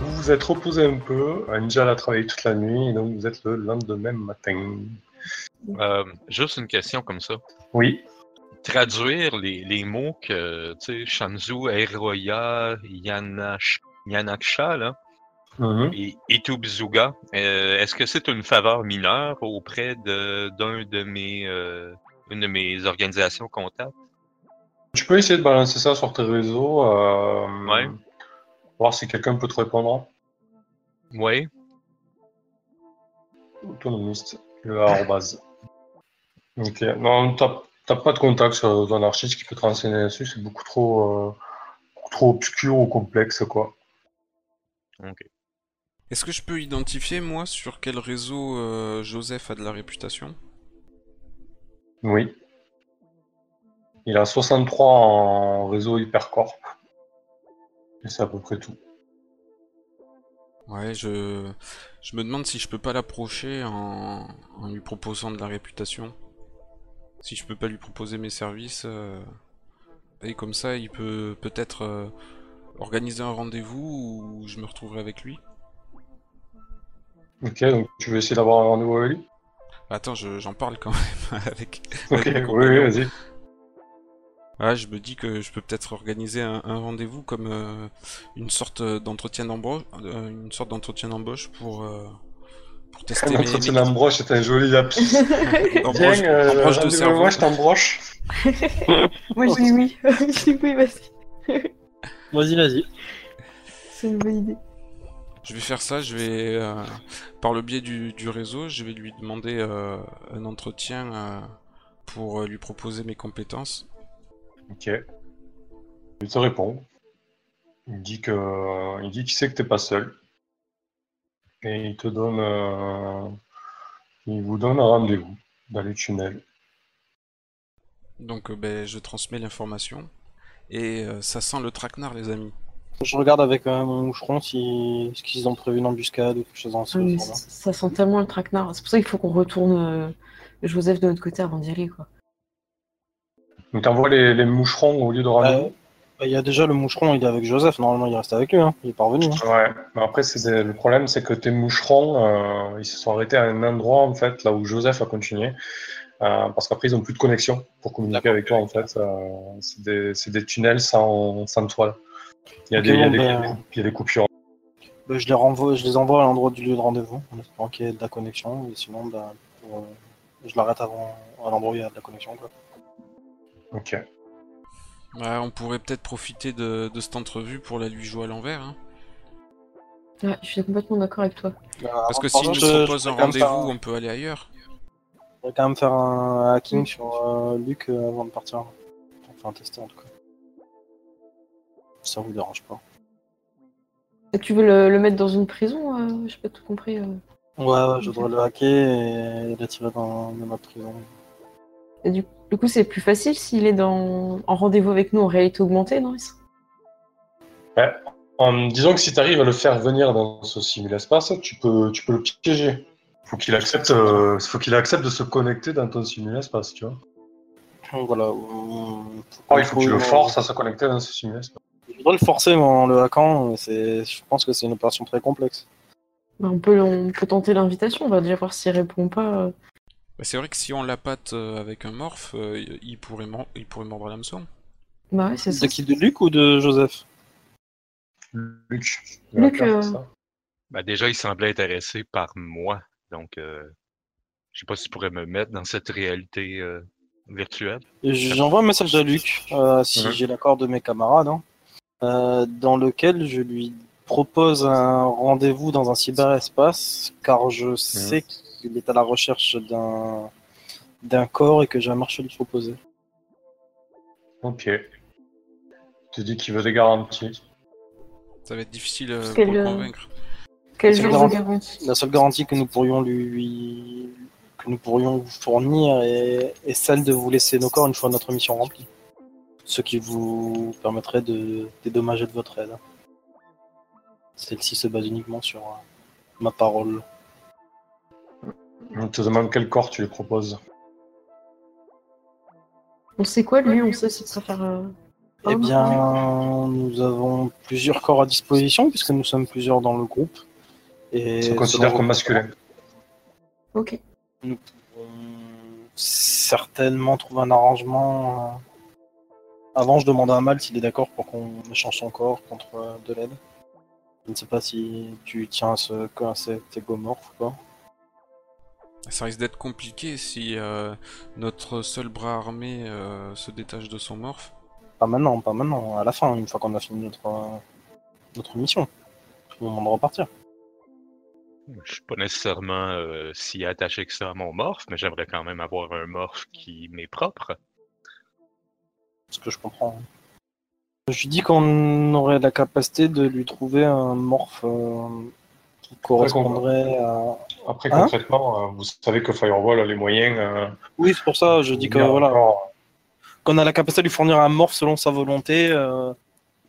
vous êtes reposé un peu. Angel a travaillé toute la nuit, donc vous êtes le lendemain matin. Euh, juste une question comme ça. Oui. Traduire les, les mots que, tu sais, Shanzu, Eroya, Yanash, Yanaksha, là, Mhm. et Itubizuga, euh, est-ce que c'est une faveur mineure auprès de- d'un de, mes, euh, une de mes organisations comptables? Tu peux essayer de balancer ça sur tes réseaux. euh, Ouais. Voir si quelqu'un peut te répondre. Oui. Autonomiste. Le arrobase. Ok. Non, t'as t'as pas de contact sur- d'un artiste qui peut te renseigner là-dessus. C'est beaucoup trop, euh, beaucoup trop obscur ou complexe, quoi. OK. Est-ce que je peux identifier, moi, sur quel réseau euh, Joseph a de la réputation Oui. Il a 63 en réseau Hypercorp. Et c'est à peu près tout. Ouais, je... je me demande si je peux pas l'approcher en... en lui proposant de la réputation. Si je peux pas lui proposer mes services. euh, Et comme ça, il peut peut-être euh, organiser un rendez-vous où je me retrouverai avec lui. Ok, donc tu veux essayer d'avoir un rendez-vous avec lui Attends, je- j'en parle quand même avec. Ok, avec mon oui, compagnon. oui, vas-y. Ah, je me dis que je peux peut-être organiser un, un rendez-vous comme euh, une sorte euh, d'entretien d'embauche, euh, une sorte d'entretien d'embauche pour euh, pour tester mes, L'entretien mes- d'embroche, c'est un joli lapsus. d'embroche- euh, d'embroche euh, de cerveau. Moi, je t'embroche. Moi, je dis oui. je dis oui, vas-y. Vas-y, vas-y. C'est une bonne idée. Je vais faire ça, je vais euh, par le biais du, du réseau, je vais lui demander euh, un entretien euh, pour euh, lui proposer mes compétences. Ok. Il te répond. Il dit que euh, il dit qu'il sait que t'es pas seul. Et il te donne euh, il vous donne un rendez-vous dans les tunnels. Donc euh, ben, je transmets l'information et euh, ça sent le traquenard les amis. Je regarde avec euh, mon moucheron si ce qu'ils ont prévu une embuscade ou quelque chose dans ce Oui, sens-là. ça sent tellement le traquenard. C'est pour ça qu'il faut qu'on retourne euh, Joseph de notre côté avant d'y aller, quoi. Donc t'envoies les, les moucherons au lieu de rendez-vous. Euh, bah, Il y a déjà le moucheron, il est avec Joseph. Normalement, il reste avec lui. Hein. Il est parvenu. Hein. Ouais. Mais après c'est le problème c'est que tes moucherons euh, ils se sont arrêtés à un endroit en fait là où Joseph a continué. Euh, parce qu'après ils ont plus de connexion pour communiquer D'accord. avec toi en fait. Euh, c'est des, c'est des tunnels sans, sans toile. Il y a Ok, des- il y a bon, des- il y a ben, des- il y a des coupures. Bah, je, les renvoie, je les envoie à l'endroit du lieu de rendez-vous en espérant qu'il y ait de la connexion. Et sinon, bah, pour, euh, je l'arrête avant à l'endroit où il y a de la connexion. Quoi. Ok. Ouais, on pourrait peut-être profiter de, de cette entrevue pour la lui jouer à l'envers. hein. Ouais, je suis complètement d'accord avec toi. Bah, Parce que si s'il nous propose un rendez-vous, on peut aller ailleurs. Je vais quand même faire un hacking sur euh, Luc euh, avant de partir. Enfin, tester en tout cas. Si Ça vous dérange pas. Et tu veux le, le mettre dans une prison euh, J'ai pas tout compris. euh. Ouais, ouais, je devrais le hacker et l'attirer dans, dans ma prison. Et du, du coup, c'est plus facile s'il est dans, en rendez-vous avec nous en réalité augmentée, non Is En, Hum, disons que si tu arrives à le faire venir dans ce simul-espace, tu peux, tu peux le piéger. Faut qu'il accepte, euh, faut qu'il accepte de se connecter dans ton simul-espace, tu vois. Voilà. on- Oh, il faut que tu le forces à se connecter dans ce simul-espace. Je voudrais le forcer mais en le hackant. mais c'est- Je pense que c'est une opération très complexe. Bah, on, peut, on peut tenter l'invitation, on va déjà voir s'il répond pas. euh. Bah, c'est vrai que si on la pâte euh, avec un morphe, euh, il, pourrait mor- il pourrait mordre l'hameçon. Bah ouais, c'est ça. De qui De Luc ou de Joseph Luc. Luc, euh, ça. Ben, déjà, il semblait intéressé par moi. Donc, euh, je sais pas si tu pourrais me mettre dans cette réalité euh, virtuelle. J'envoie un message à Luc, euh, si Mhm. j'ai l'accord de mes camarades, hein, euh, dans lequel je lui propose un rendez-vous dans un cyberespace, car Mhm. je sais qu'il est à la recherche d'un d'un corps et que j'ai un marché à lui proposer. Ok. Tu dis qu'il veut des garanties. Ça va être difficile euh, Parce pour que le le- convaincre. Quel C'est genre grand- de garantie La seule garantie que nous pourrions lui que nous pourrions vous fournir est, est celle de vous laisser nos corps une fois notre mission remplie. Ce qui vous permettrait de dédommager de votre aide. Celle-ci se base uniquement sur euh, ma parole. On te demande quel corps tu lui proposes. On sait quoi, lui On sait s'il préfère. euh, Eh bien, nous avons plusieurs corps à disposition puisque nous sommes plusieurs dans le groupe. Et Ça considère selon- comme masculin. Ok. Nous pourrons Euh, certainement trouver un arrangement. euh. Avant, je demandais à Mal s'il est d'accord pour qu'on échange son corps contre euh, de l'aide. Je ne sais pas si tu tiens à ce à cet égomorphe ou pas. Ça risque d'être compliqué si euh, notre seul bras armé euh, se détache de son morphe. Pas maintenant, pas maintenant, à la fin, une fois qu'on a fini notre, euh, notre mission. C'est le moment de repartir. Je suis pas nécessairement euh, si attaché que ça à mon morphe, mais j'aimerais quand même avoir un morphe qui m'est propre. Ce que je comprends. hein. Je lui dis qu'on aurait la capacité de lui trouver un morphe euh, qui correspondrait à. Après, Hein concrètement, euh, vous savez que Firewall a les moyens. euh, Oui, c'est pour ça, je dis que bien voilà. encore. qu'on a la capacité de lui fournir un morph selon sa volonté euh,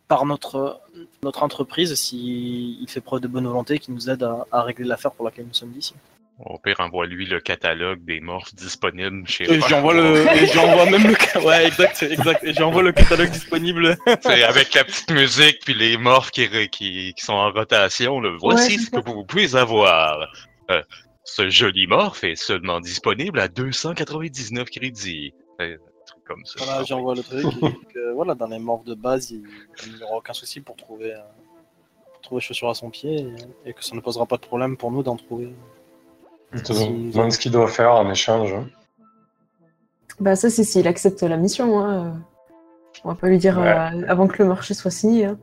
par notre, notre entreprise s'il fait preuve de bonne volonté qui nous aide à, à régler l'affaire pour laquelle nous sommes ici. Au pire, envoie-lui le catalogue des morphes disponibles chez Et j'envoie le, et j'envoie même le, ca- ouais, exact, exact, et j'envoie le catalogue disponible. C'est avec la petite musique puis les morphes qui, ré- qui, qui sont en rotation. Là. Voici c'est ce que vous pouvez avoir. Euh, ce joli morphe est seulement disponible à 299 crédits. Euh, un truc comme ça. Voilà, j'envoie le truc. et donc, euh, voilà, dans les morphs de base, il il n'y aura aucun souci pour trouver, euh, pour trouver chaussure à son pied et, et que ça ne posera pas de problème pour nous d'en trouver. Il te Si- demande ce qu'il doit faire en échange. Bah ça c'est s'il accepte la mission. Hein. On va pas lui dire Ouais. euh, avant que le marché soit signé. Hein.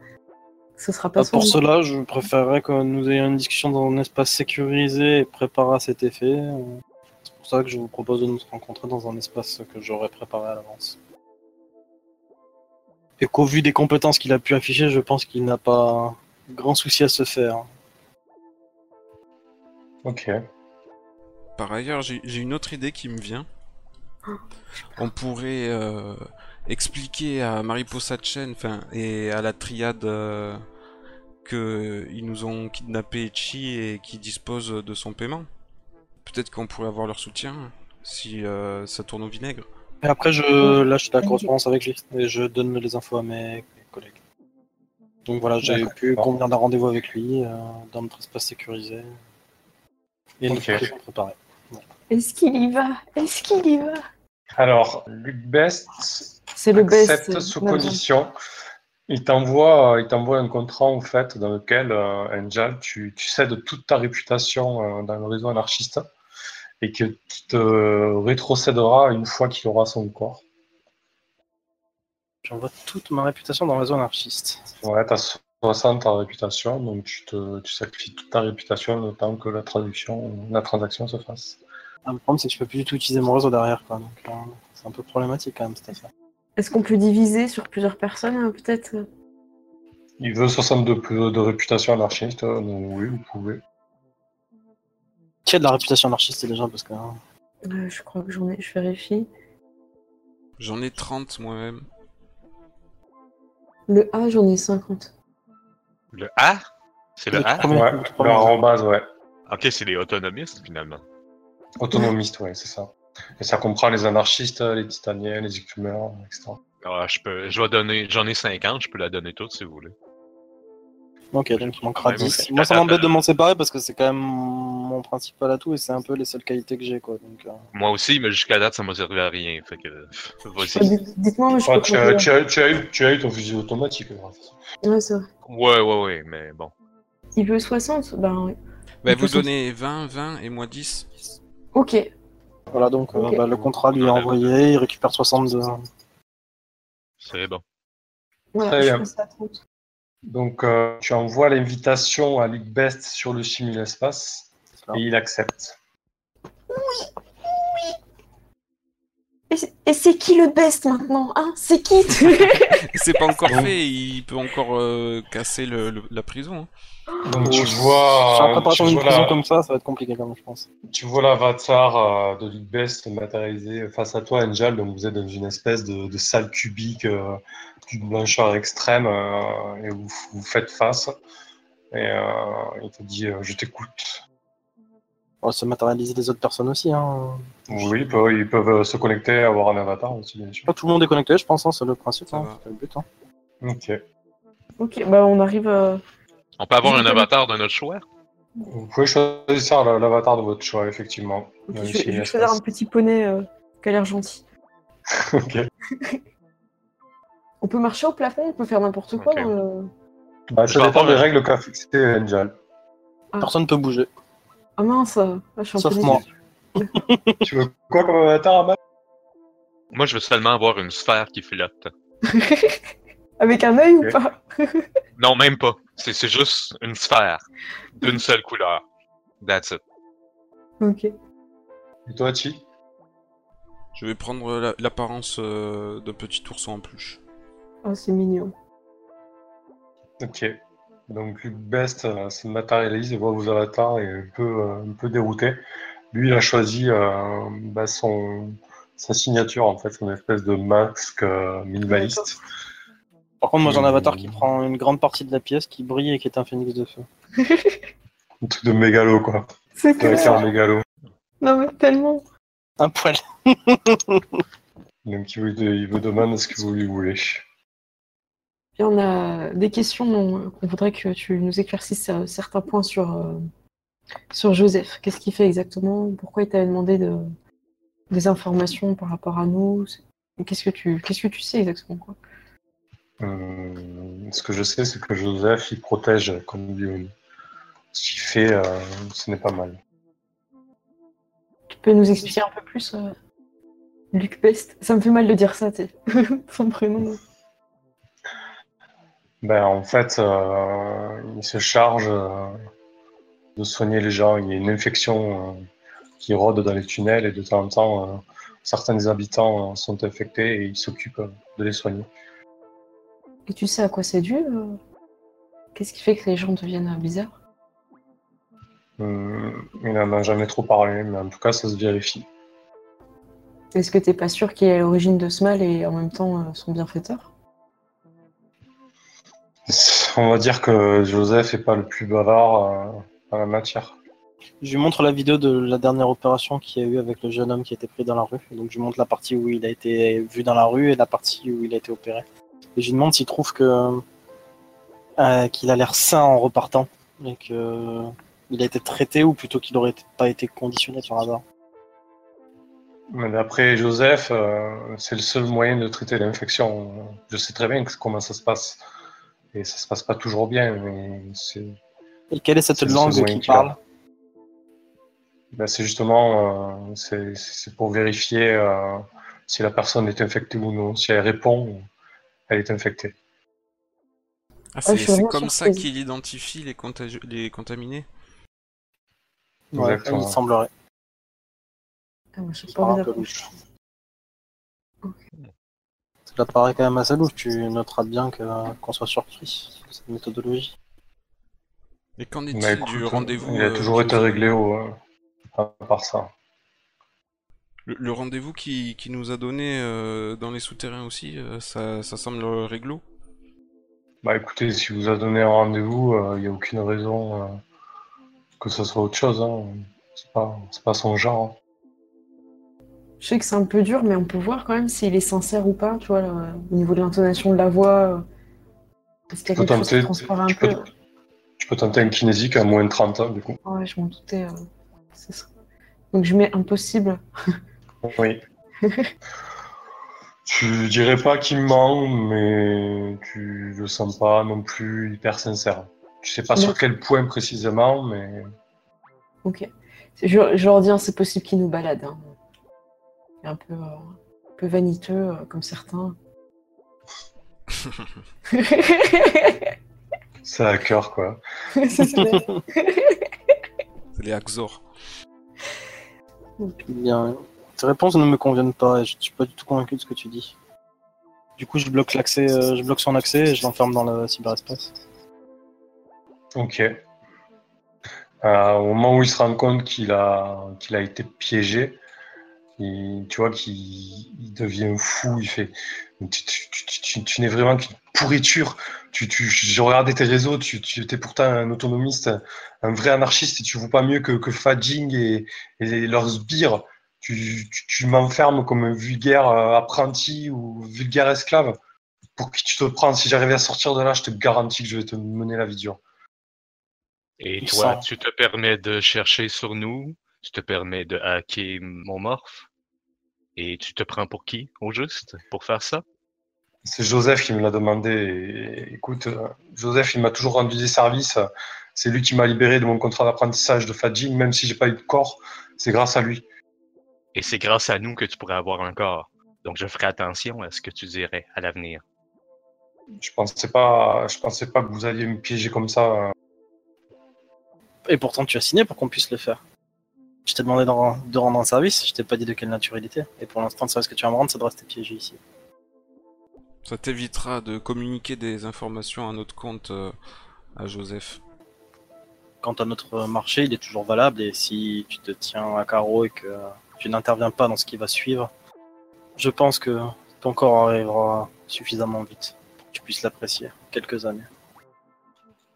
Ce sera Bah, pas Euh, son. pour cela, je préférerais que nous ayons une discussion dans un espace sécurisé et préparé à cet effet. Euh, C'est pour ça que je vous propose de nous rencontrer dans un espace que j'aurais préparé à l'avance. Et qu'au vu des compétences qu'il a pu afficher, je pense qu'il n'a pas grand souci à se faire. Ok. Par ailleurs, j'ai j'ai une autre idée qui me vient. On pourrait euh, expliquer à Mariposa Chen enfin, et à la triade euh, que ils nous ont kidnappé Chi et qui dispose de son paiement. Peut-être qu'on pourrait avoir leur soutien si euh, ça tourne au vinaigre. Et après, je Mhm. lâche la correspondance avec lui et je donne les infos à mes collègues. Donc voilà, j'ai D'accord. pu convenir d'un rendez-vous avec lui euh, dans notre espace sécurisé. Et nous Ok. préparons- préparer. Est-ce qu'il y va Est-ce qu'il y va Alors, Luc Best C'est le best. euh, accepte sous Madame. condition. Il t'envoie, euh, il t'envoie un contrat en fait dans lequel euh, Angel, tu, tu cèdes toute ta réputation euh, dans le réseau anarchiste et que tu te rétrocéderas une fois qu'il aura son corps. J'envoie toute ma réputation dans la zone anarchiste. Ouais, t'as 60 en réputation, donc tu te, tu sacrifies toute ta réputation le temps que la traduction, la transaction se fasse. Ah, Le problème, c'est que je peux plus du tout utiliser mon réseau derrière, quoi. Donc, euh, c'est un peu problématique, quand même, cette affaire. Est-ce qu'on peut diviser sur plusieurs personnes hein, peut-être Il veut 62 plus de réputation anarchiste, euh, donc oui, vous pouvez. Qui a de la réputation anarchiste, les gens, parce que. hein, Euh, Je crois que j'en ai. Je vérifie. J'en ai 30 moi-même. Le A j'en ai 50. Le A? C'est le le A? premier- Ouais, le premier- l'arrobase, ouais. Ok, c'est les autonomistes finalement. Autonomiste, ouais, c'est ça. Et ça comprend les anarchistes, les titaniens, les écumeurs, etc. Ah, je peux, je vais donner, j'en ai 50, je peux la donner toute si vous voulez. Ok, donc il manquera Ouais, bon, 10. c'est- Moi, ça m'embête de m'en séparer parce que c'est quand même mon principal atout et c'est un peu les seules qualités que j'ai, quoi. Donc, euh, Moi aussi, mais jusqu'à date, ça m'a servi à rien. Fait que, pff, Ah, vas-y. dites- Dites-moi, mais je Ah, peux tu, as, contrôler. tu as- tu as eu, tu as eu ton fusil automatique. de toute façon. Ouais, c'est vrai. Ouais, ouais, ouais, mais bon. Il veut 60 Ben oui. Bah, De toute vous façon- donnez 20, 20 et moi 10. Ok. Voilà, donc euh, Ok. bah, le contrat lui est envoyé, il récupère 62. C'est bon. Très Voilà, je bien. passe à 30. Donc, euh, tu envoies l'invitation à Luc Best sur le simul espace C'est ça. et il accepte. Et c'est- Et c'est qui le best maintenant hein C'est qui tu- C'est pas encore Bon. fait, il peut encore euh, casser le- le- la prison. hein. Oh, Donc, tu Si on vois, euh, prépare tu une vois, prison la- comme ça, ça va être compliqué, quand même, je pense. tu vois l'avatar euh, de Luc Best se matérialiser face à toi, Angel. Donc, vous êtes dans une espèce de, de salle cubique euh, d'une blancheur extrême euh, et vous, vous faites face. Et euh, il te dit euh, Je t'écoute. On va Oh, se matérialiser les autres personnes aussi, hein. Oui, ils peuvent, ils peuvent, euh, se connecter, avoir un avatar aussi, bien sûr. Pas tout le monde est connecté, je pense, hein, c'est le principe, Ça hein, va. c'est le but. hein. Ok. Ok, bah on arrive à... On peut avoir Je un connais- avatar de notre choix. Vous pouvez choisir la- l'avatar de votre choix, effectivement. Ok, Même euh, je, s'il y vais- je a vais choisir un espace. petit poney euh, qui a l'air gentil. Ok. On peut marcher au plafond, on peut faire n'importe quoi. Ok. dans le- Bah, ça Je vais dépend entendre, des hein. règles qu'a fixées Angel. Personne peut bouger, Ah mince, euh, ah, je suis un sauf peu moi. déçue. tu veux quoi comme avatar, Amal Moi, je veux seulement avoir une sphère qui flotte. Avec un œil Ok. ou pas Non, même pas. C'est c'est juste une sphère d'une seule couleur. That's it. Ok. Et toi, Chi Je vais prendre la- l'apparence euh, d'un petit ourson en peluche. Ah, c'est mignon. Ok. Donc, Best euh, se matérialise et voit vos avatars et est un peu, euh, un peu dérouté. Lui, il a choisi euh, bah, son, sa signature, en fait, son espèce de masque euh, minimaliste. Par contre, moi j'ai un Mmh. avatar qui prend une grande partie de la pièce, qui brille et qui est un phénix de feu. Un truc de mégalo, quoi. C'est Avec clair. un mégalo. Non mais tellement. Un poil. Donc, il vous, il vous demande ce que vous lui voulez. Et on a des questions dont- euh, qu'on voudrait que tu nous éclaircisses euh, certains points sur, euh, sur Joseph. Qu'est-ce qu'il fait exactement Pourquoi il t'avait demandé de, des informations par rapport à nous Qu'est-ce que tu qu'est-ce que tu sais exactement quoi Hum, ce que je sais, c'est que Joseph, il protège comme Lyon. Ce qu'il fait, euh, ce n'est pas mal. Tu peux nous expliquer un peu plus euh, Luc Pest Ça me fait mal de dire ça, tu sais. Son prénom. Ben, en fait, euh, il se charge euh, de soigner les gens. Il y a une infection euh, qui rôde dans les tunnels et de temps en temps, euh, certains des habitants euh, sont infectés et il s'occupe euh, de les soigner. Et tu sais à quoi c'est dû euh Qu'est-ce qui fait que les gens deviennent euh, bizarres Hum, il n'en a jamais trop parlé, mais en tout cas, ça se vérifie. Est-ce que t'es pas sûr qu'il est à l'origine de ce mal et en même temps euh, son bienfaiteur On va dire que Joseph n'est pas le plus bavard à la matière. Je lui montre la vidéo de la dernière opération qu'il y a eu avec le jeune homme qui a été pris dans la rue. Donc je lui montre la partie où il a été vu dans la rue et la partie où il a été opéré. Et je lui demande s'il trouve que euh, qu'il a l'air sain en repartant et que euh, il a été traité ou plutôt qu'il aurait pas été conditionné sur hasard. Mais D'après Joseph, euh, c'est le seul moyen de traiter l'infection. Je sais très bien que- comment ça se passe. Et ça se passe pas toujours bien. mais C'est Et quelle est cette C'est le langue seul moyen qui qu'il a. parle ben, c'est justement euh, c'est- c'est pour vérifier euh, si la personne est infectée ou non. Si elle répond, elle est infectée. Ah, c'est je suis c'est vraiment comme ça surprise. qu'il identifie les, contagi- les contaminés Ouais, Exactement. Il semblerait. Ah, moi, j'ai Ça pas envie paraît un peu d'approcher. Cela paraît quand même assez louche. Tu noteras bien que- euh, qu'on soit surpris de cette méthodologie. Et qu'en Mais est-il écoute, hein, du rendez-vous Il a euh, toujours été qui- réglé au, euh, à part ça. Le, le rendez-vous qui, qui nous a donné euh, dans les souterrains aussi, euh, ça, ça semble euh, réglo Bah écoutez, si vous a donné un rendez-vous, euh, il n'y a aucune raison euh, que ce soit autre chose. Hein. C'est pas, c'est pas son genre. hein. Je sais que c'est un peu dur, mais on peut voir quand même s'il est sincère ou pas, tu vois, là, au niveau de l'intonation de la voix. euh, Est-ce qu'il y a Tu peux quelque chose qui tenter- transparaît un tu peux- peu Tu peux tenter un kinésique à moins de 30 ans, du coup. Ouais, je m'en doutais. euh, c'est ça. Donc je mets impossible. Oui. tu dirais pas qu'il ment, mais tu le sens pas non plus hyper sincère. Tu sais pas Non. sur quel point précisément, mais Ok. Je, je leur dis, hein, c'est possible qu'il nous balade. hein. Il est Un peu, euh, un peu vaniteux, euh, comme certains. C'est ça à cœur, quoi. ça. C'est les Axor. Bien. Tes réponses ne me conviennent pas et je suis pas du tout convaincu de ce que tu dis. Du coup, je bloque l'accès, euh, je bloque son accès et je l'enferme dans le cyberespace. Ok. Euh, au moment où il se rend compte qu'il a, qu'il a été piégé, il- tu vois qu'il il devient fou, il fait Tu, tu- tu- tu- tu n'es vraiment qu'une pourriture. Tu, tu, J'ai regardé tes réseaux, tu, tu étais pourtant un autonomiste, un vrai anarchiste, et tu ne vaux pas mieux que, que Fadjing et, et leurs sbires. Tu, tu, tu m'enfermes comme un vulgaire euh, apprenti ou vulgaire esclave. pour qui tu te prends. Si j'arrivais à sortir de là, je te garantis que je vais te mener la vidéo. Et Il toi, sent. tu te permets de chercher sur nous, tu te permets de hacker mon morphe, et tu te prends pour qui, au juste, pour faire ça? C'est Joseph qui me l'a demandé. et- écoute, euh, Joseph, il m'a toujours rendu des services. C'est lui qui m'a libéré de mon contrat d'apprentissage de Fadji, même si j'ai pas eu de corps. C'est grâce à lui. Et c'est grâce à nous que tu pourrais avoir un corps. Donc je ferai attention à ce que tu dirais à l'avenir. Je pensais pas, je pensais pas que vous alliez me piéger comme ça. Et pourtant, tu as signé pour qu'on puisse le faire. Je t'ai demandé d'en- de rendre un service, je t'ai pas dit de quelle nature il était. Et pour l'instant, le service que tu vas me rendre, ça doit rester piégé ici. Ça t'évitera de communiquer des informations à notre compte euh, à Joseph. Quant à notre marché, il est toujours valable et si tu te tiens à carreau et que tu n'interviens pas dans ce qui va suivre, je pense que ton corps arrivera suffisamment vite pour que tu puisses l'apprécier quelques années.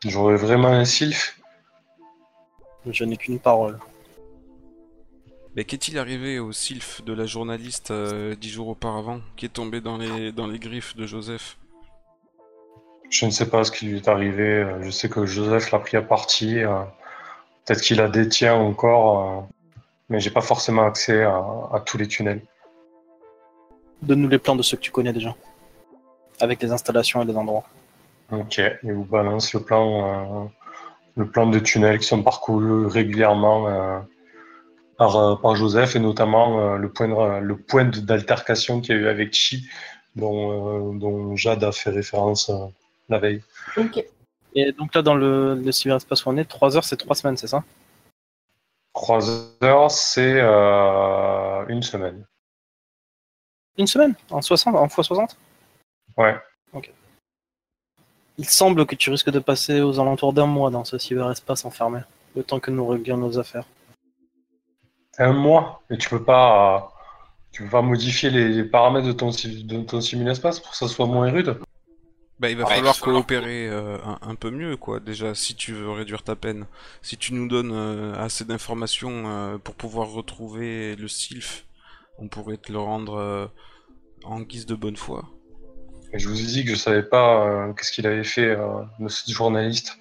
J'aurais vraiment un sylph. Je n'ai qu'une parole. Mais qu'est-il arrivé au sylph de la journaliste euh, dix jours auparavant, qui est tombé dans les, dans les griffes de Joseph Je ne sais pas ce qui lui est arrivé. euh, Je sais que Joseph l'a pris à partie. euh, Peut-être qu'il la détient encore, euh, mais j'ai pas forcément accès à- à tous les tunnels. Donne-nous les plans de ceux que tu connais déjà, avec les installations et les endroits. Ok, il vous balance le plan, euh, le plan de tunnels qui sont parcourus régulièrement euh, par, euh, par Joseph et notamment euh, le point, de- le point de- d'altercation qu'il y a eu avec Chi, dont, euh, dont Jade a fait référence euh, la veille. Ok. Et donc là, dans le, le cyberespace où on est, 3 heures, c'est 3 semaines, c'est ça Croiseur, c'est euh, une semaine. Une semaine En 60 En fois 60 Ouais. Il semble que tu risques de passer aux alentours d'un mois dans ce cyberespace enfermé, le temps que nous réglions nos affaires. Un mois et tu peux pas, tu peux pas modifier les, les paramètres de ton, si- de ton simulespace pour que ça soit moins rude. Bah, il va Ouais, falloir il va falloir- coopérer euh, un, un peu mieux, quoi, déjà, si tu veux réduire ta peine. Si tu nous donnes euh, assez d'informations euh, pour pouvoir retrouver le sylph, on pourrait te le rendre euh, en guise de bonne foi. Et je vous ai dit que je savais pas euh, qu'est-ce qu'il avait fait euh, de ce journaliste.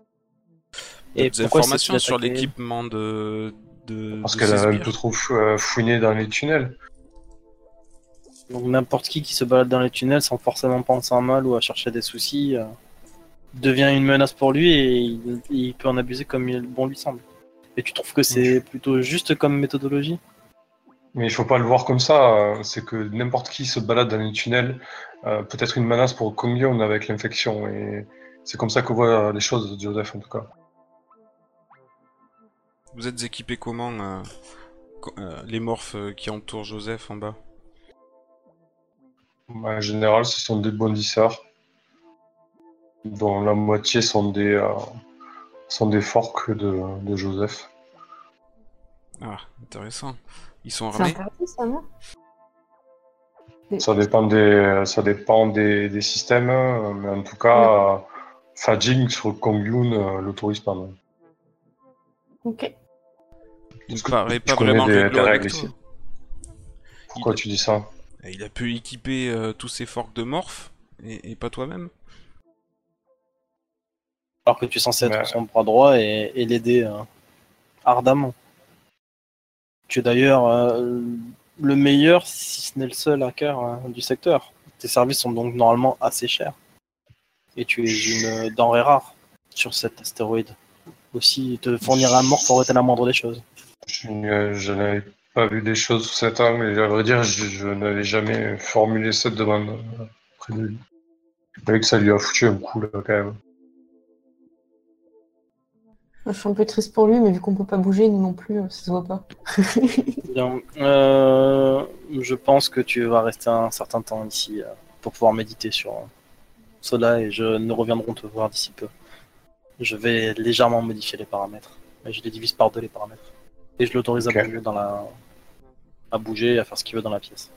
Des pourquoi il s'est-il informations sur attaqué l'équipement de. de Parce de qu'elle ces a un sbires. peu trop fou- euh, fouiné dans les tunnels. Donc n'importe qui qui se balade dans les tunnels sans forcément penser à mal ou à chercher des soucis euh, devient une menace pour lui et il, il peut en abuser comme il- bon lui semble. Et tu trouves que c'est plutôt juste comme méthodologie Mais il faut pas le voir comme ça. euh, C'est que n'importe qui se balade dans les tunnels euh, peut être une menace pour Comion avec l'infection. Et c'est comme ça qu'on voit les choses, Joseph, en tout cas. Vous êtes équipés comment euh, co- euh, les morphes euh, qui entourent Joseph en bas En général, ce sont des bondisseurs, dont la moitié sont des, euh, sont des forks de, de Joseph. Ah, intéressant. Ils sont C'est armés interdit, ça, non Ça dépend des, ça dépend des, des systèmes, euh, mais en tout cas, euh, Fajing sur Kongyun euh, l'autorise pas. non. Ok. Il Est-ce ne que paraît tu pas connais vraiment des- réglo des avec règles toi. ici Pourquoi tu dis ça Et il a pu équiper euh, tous ses forks de morphes et, et pas toi-même alors que tu es censé être Ouais. son bras droit et, et l'aider euh, ardemment. Tu es d'ailleurs euh, le meilleur, si ce n'est le seul hacker euh, du secteur. Tes services sont donc normalement assez chers. Et tu es une denrée rare sur cet astéroïde. Aussi, te fournir un mort aurait été la moindre des choses. Je, n- je n'avais pas vu des choses sous cet angle, et à vrai dire, je, je n'avais jamais formulé cette demande euh, près de lui. Vous voyez que ça lui a foutu un coup, là, quand même. Je suis un peu triste pour lui, mais vu qu'on peut pas bouger, nous non plus, euh, ça se voit pas. Bien. Euh, je pense que tu vas rester un certain temps ici euh, pour pouvoir méditer sur euh, cela et je, nous reviendrons te voir d'ici peu. Je vais légèrement modifier les paramètres. Et je les divise par deux les paramètres. Et je l'autorise à Ok. bouger dans la à bouger et à faire ce qu'il veut dans la pièce.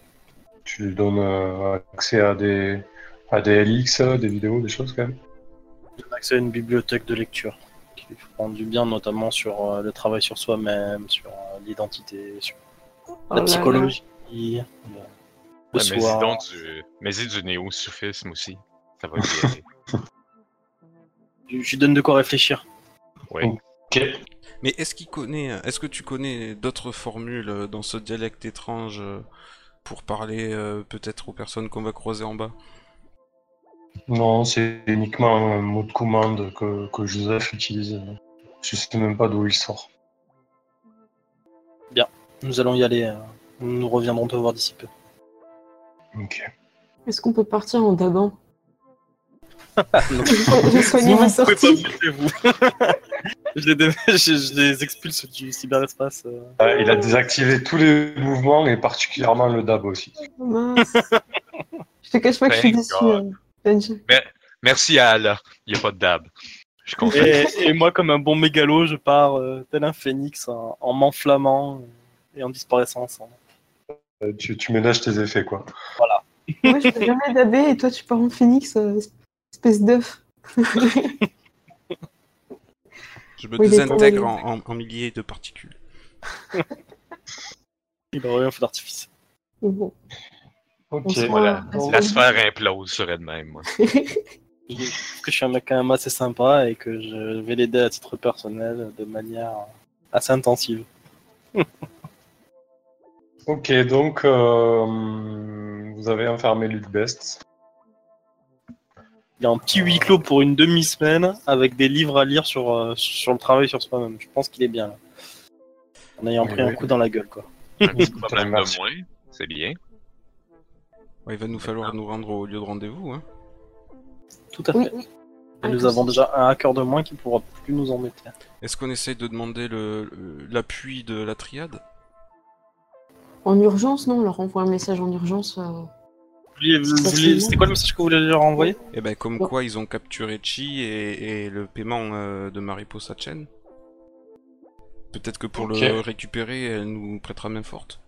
Tu lui donnes euh, accès à des, à des LX, euh, des vidéos, des choses, quand même. Il a accès à une bibliothèque de lecture qui lui fera du bien notamment sur euh, le travail sur soi-même, sur euh, l'identité, sur Oh là la là. psychologie, le, le Ouais, mais dis soi. donc du, mais dis du néo-soufisme aussi. Ça va bien aller. Je je lui donne de quoi réfléchir. Oui. Ok. Mais est-ce qu'il connaît, est-ce que tu connais d'autres formules euh, dans ce dialecte étrange euh, pour parler euh, peut-être aux personnes qu'on va croiser en bas Non, c'est uniquement un mot de commande que, que Joseph utilise. Je sais même pas d'où il sort. Nous allons y aller. euh, Nous reviendrons te voir d'ici peu. Ok. Est-ce qu'on peut partir en dadant non. J'ai soigné ma Vous pouvez pas sortie. monter, vous. je, les dé- je- je les expulse du cyberespace. euh. Euh, il a désactivé tous les mouvements et particulièrement le dab aussi. Mince. Je te cache pas que je suis Thank déçue. God. euh, Benji. Merci à Allah. Il n'y a pas de dab. Je confirme. Et, et moi, comme un bon mégalo, je pars euh, tel un phénix en, en m'enflammant euh, et en disparaissant ensemble. Euh, tu, tu ménages tes effets, quoi. Moi, je peux jamais dabé et toi, tu pars en phoenix, euh, espèce d'œuf. Je me Oui, il est désintègre drôle. en, en- en milliers de particules. Il aurait un feu d'artifice. Mais bon, on Ok. se voilà. voit- La sphère implose sur elle-même. moi. Je trouve que je suis un mec quand même assez sympa et que je vais l'aider à titre personnel de manière assez intensive. Ok, donc euh, vous avez enfermé Luc Best. Il y a un petit huis clos pour une demi-semaine avec des livres à lire sur, euh, sur le travail sur soi-même. Je pense qu'il est bien là. En ayant Oui, pris oui. un coup dans la gueule, quoi. Un petit problème Merci. de moins. C'est bien. Ouais, il va nous falloir nous rendre au lieu de rendez-vous. Hein. Tout à fait. Oui, oui. Et nous Ah, avons comme déjà un hacker de moins qui pourra plus nous embêter. Est-ce qu'on essaye de demander le- le- l'appui de la triade En urgence, non, on leur envoie un message en urgence. euh, Vous Ça, c'est voulez- bon. C'était quoi le message que vous voulez leur envoyer Eh ben, comme Ouais. quoi ils ont capturé Chi et, et le paiement euh, de Mariposa Chen. Peut-être que pour le Ok. récupérer, elle nous prêtera main forte.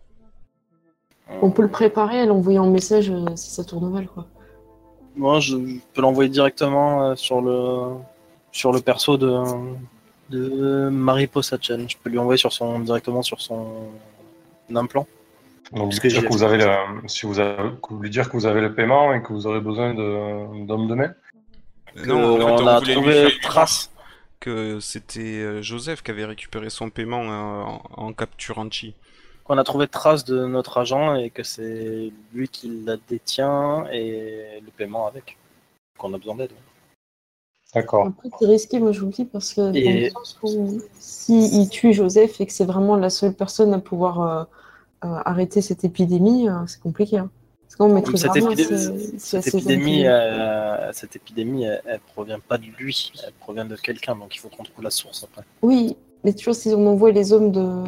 On peut le préparer et l'envoyer en message euh, si ça tourne mal, quoi. Moi, je je peux l'envoyer directement euh, sur le sur le perso de de Mariposa Chen. Je peux lui envoyer sur son directement sur son implant. Donc, Parce lui que dire j'ai- que vous avez le, si vous avez, que vous lui dire que vous avez le paiement et que vous aurez besoin de- d'hommes de main. Euh, Que non, en fait, on, a voulait lui trouvé faire trace. que c'était euh, Joseph qui avait récupéré son paiement euh, en, en capturant Chi. Qu'on a trouvé trace de notre agent et que c'est lui qui la détient et le paiement avec. Qu'on a besoin d'aide. D'accord. Après, c'est risqué, moi, je vous le dis, parce que dans Et- le sens où s'il tue Joseph et que c'est vraiment la seule personne à pouvoir euh, euh, arrêter cette épidémie, euh, c'est compliqué. hein. Parce qu'on maîtrise Cette vraiment épidé- ces- ces- Cette ces épidémie, infections. euh, cette épidémie, elle, elle provient pas de lui, elle provient de quelqu'un. Donc il faut qu'on trouve la source après. Oui, mais tu vois, si on envoie les hommes de,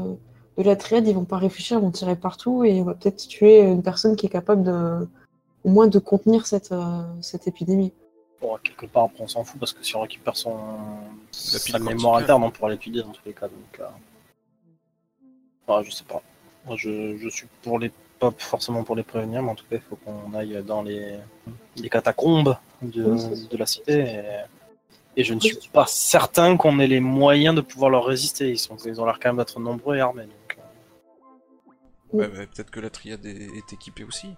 de la triade, ils vont pas réfléchir, ils vont tirer partout et on va peut-être tuer une personne qui est capable de, au moins de contenir cette, euh, cette épidémie. Bon, quelque part, après, on s'en fout parce que si on récupère son La pile hein. sa mémoire corticale. interne, on pourra l'étudier dans tous les cas. Donc, euh, bah, je sais pas. Moi, je, je suis pour les pas forcément pour les prévenir, mais en tout cas, il faut qu'on aille dans les, les catacombes de, Oui, c'est ça. de la cité. Et, et je ne suis pas certain qu'on ait les moyens de pouvoir leur résister. Ils sont, ils ont l'air quand même d'être nombreux et armés. donc, euh. Oui. Ouais, ouais, Bah, Peut-être que la triade est, est équipée aussi.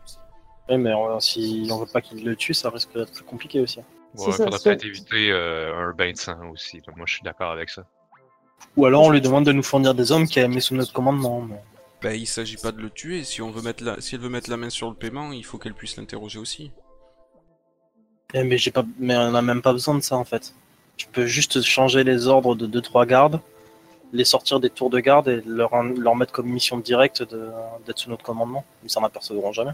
Oui, mais on- si on veut pas qu'ils le tuent, ça risque d'être très compliqué aussi. Il C'est ça, faudrait c'est- peut-être éviter euh, un bain de sang aussi. là. Moi, je suis d'accord avec ça. Ou alors, on lui demande de nous fournir des hommes qui a mis sous notre commandement. mais- Bah, il s'agit pas de le tuer. Si on veut mettre la... si elle veut mettre la main sur le paiement, il faut qu'elle puisse l'interroger aussi. Eh, mais j'ai pas, mais on a même pas besoin de ça en fait. Tu peux juste changer les ordres de deux trois gardes, les sortir des tours de garde et leur, en- leur mettre comme mission directe de- d'être sous notre commandement. Ils s'en apercevront jamais.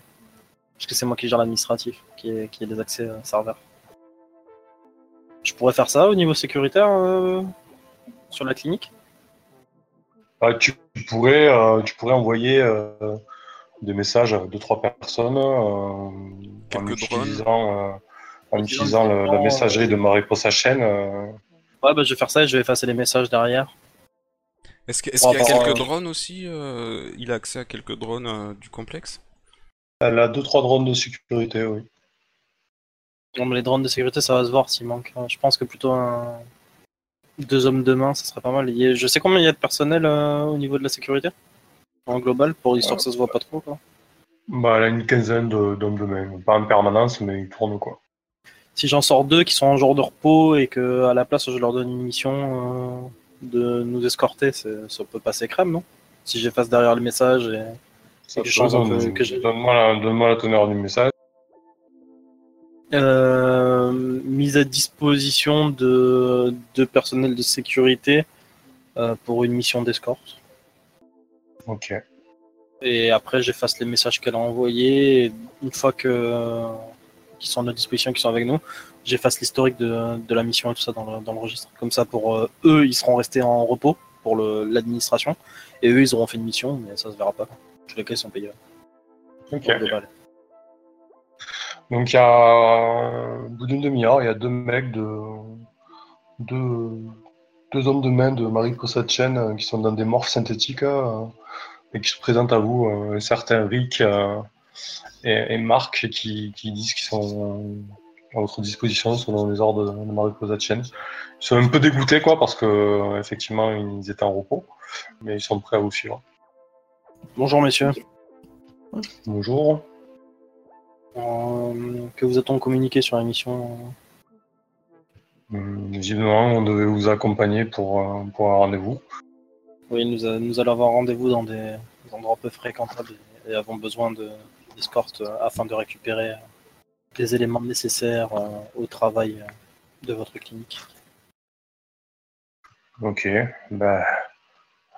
Parce que c'est moi qui gère l'administratif, qui est qui ai des accès euh, serveur. Je pourrais faire ça au niveau sécuritaire euh, sur la clinique. Bah, tu, pourrais, euh, tu pourrais envoyer euh, des messages à deux trois personnes euh, en Quelques utilisant, euh, en Utilisant utilisant le- la directement, messagerie de Mariposa Chaîne. euh, Ouais, bah je vais faire ça et je vais effacer les messages derrière. Est-ce que- est-ce Pour qu'il y a avoir, quelques euh, drones aussi euh, Il a accès à quelques drones euh, du complexe elle a deux trois drones de sécurité, oui. Non, mais les drones de sécurité, ça va se voir s'il manque. hein. Je pense que plutôt un... deux hommes de main, ça serait pas mal. Il y a- Je sais combien il y a de personnel euh, au niveau de la sécurité En global, pour histoire que ça se voit pas trop. Quoi. Bah, elle a une quinzaine de- d'hommes de main, pas en permanence, mais ils tournent quoi. si j'en sors deux qui sont en jour de repos et que à la place je leur donne une mission euh, de nous escorter, c'est- ça peut passer crème, non Si j'efface derrière le message et Ça Quelque chose donne- que- que j'ai- Donne-moi la, donne-moi la teneur du message. Euh, mise à disposition de, de personnel de sécurité euh, pour une mission d'escorte. Ok. Et après, j'efface les messages qu'elle a envoyés. Et une fois que qu'ils sont à notre disposition, qu'ils sont avec nous, j'efface l'historique de, de la mission et tout ça dans le, dans le registre. Comme ça, pour euh, eux, ils seront restés en repos pour le- l'administration. Et eux, ils auront fait une mission, mais ça se verra pas. En tous les cas, ils sont payés. Ok. au global. Donc, il y a, au bout d'une demi-heure, il y a deux mecs, de, deux, deux hommes de main de Marie Kosatchen euh, qui sont dans des morphes synthétiques euh, et qui se présentent à vous, euh, certains Rick euh, et, et Marc, qui, qui disent qu'ils sont euh, à votre disposition selon les ordres de Marie Kosatchen. Ils sont un peu dégoûtés, quoi, parce que euh, effectivement, ils étaient en repos, mais ils sont prêts à vous suivre. Bonjour, messieurs. Bonjour. Euh, que vous a-t-on communiqué sur la mission Hum, Visiblement, on devait vous accompagner pour, euh, pour un rendez-vous. Oui, nous, a- nous allons avoir rendez-vous dans des, des endroits peu fréquentables et avons besoin de- d'escorte euh, afin de récupérer euh, les éléments nécessaires euh, au travail euh, de votre clinique. Ok, bah,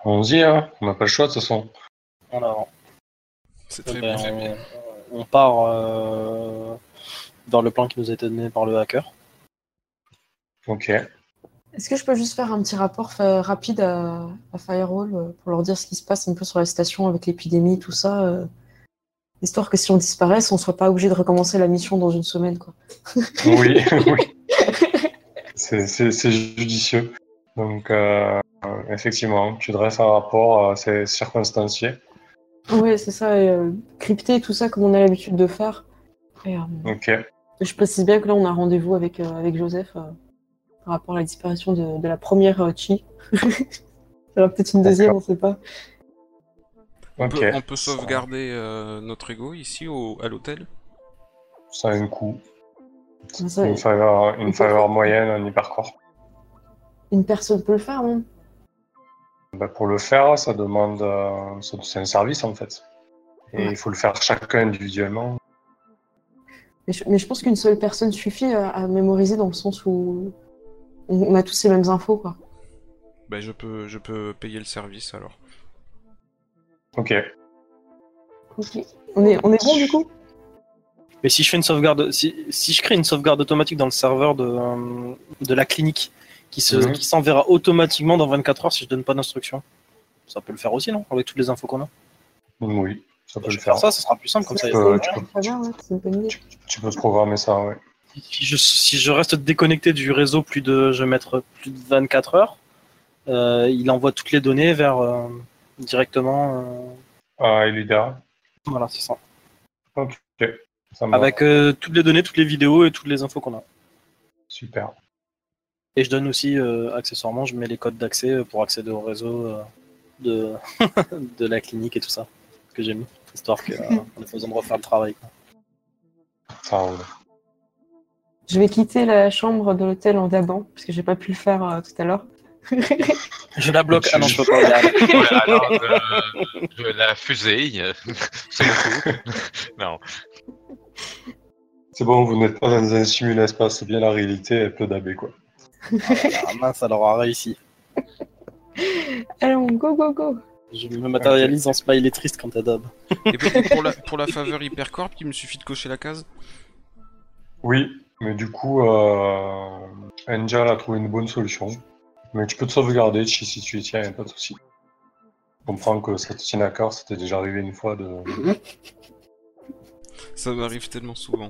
allons-y, hein. on n'a pas le choix de toute façon. On, avance. C'est Eh très ben, bien. on, on part euh, dans le plan qui nous a été donné par le hacker. Ok, Est-ce que je peux juste faire un petit rapport fa- rapide à, à Firewall euh, pour leur dire ce qui se passe un peu sur la station avec l'épidémie, tout ça euh, Histoire que si on disparaisse, on soit pas obligé de recommencer la mission dans une semaine. Quoi. oui, oui. C'est- C'est c'est judicieux. Donc, euh, effectivement, tu dresses un rapport, euh, c'est circonstancié. Ouais, c'est ça, et, euh, crypter tout ça comme on a l'habitude de faire. Et, euh, Ok, je précise bien que là, on a rendez-vous avec, euh, avec Joseph euh, par rapport à la disparition de, de la première euh, Chi. Ça va peut-être une deuxième, on sait pas. On, ok. peut, on peut sauvegarder euh, notre ego ici au, à l'hôtel Ça a un coût. Ça, Une faveur, une faveur moyenne, un hypercore. une personne peut le faire, hein. non Bah, pour le faire, ça demande. euh, c'est c'est un service en fait. Et il faut le faire chacun individuellement. Mais je, mais je pense qu'une seule personne suffit à, à mémoriser dans le sens où on, on a tous les mêmes infos, quoi. Bah je peux, je peux payer le service alors. Ok. Ok. On est, on est bon du coup Mais si je fais une sauvegarde, si, si je crée une sauvegarde automatique dans le serveur de, euh, de la clinique qui se- Mhm. qui s'enverra automatiquement dans 24 heures si je donne pas d'instruction, ça peut le faire aussi, non Avec toutes les infos qu'on a. Oui, ça peut Je le vais faire faire. ça, ça sera plus simple Ah, comme ça. C'est- il y peux- a- euh, c'est- tu peux- très bien, ouais, c'est une bonne idée. Tu peux programmer ça, ouais. Si je, si je reste déconnecté du réseau plus de, je vais mettre plus de 24 heures, euh, il envoie toutes les données vers euh, directement. euh, Ah, Elida. voilà, c'est ça. Ok. Ça me va. Avec euh, toutes les données, toutes les vidéos et toutes les infos qu'on a. Super. Et je donne aussi, euh, accessoirement, je mets les codes d'accès pour accéder au réseau euh, de, de la clinique et tout ça que j'ai mis, histoire qu'on ait pas besoin de refaire le travail. quoi. Ça roule. Je vais quitter la chambre de l'hôtel en dabant, parce que j'ai pas pu le faire euh, tout à l'heure. Je la bloque. Tu- Ah non, je peux pas. regarder. Ouais, alors, euh, je la fusille. C'est le coup. non. C'est bon, vous n'êtes pas dans un simul-espace, c'est bien la réalité, elle peut daber, quoi. Ah, mince, elle aura réussi. Allons, go, go, go Je me matérialise en smiley triste quand elle dab. Et puis, pour, la, pour la faveur hypercorp, il me suffit de cocher la case Oui, mais du coup, euh, Angel a trouvé une bonne solution. Mais tu peux te sauvegarder, Chi, si tu y tiens, y a pas de souci. Je comprends que ça te tienne à cœur, c'était déjà arrivé une fois de... Ça m'arrive tellement souvent.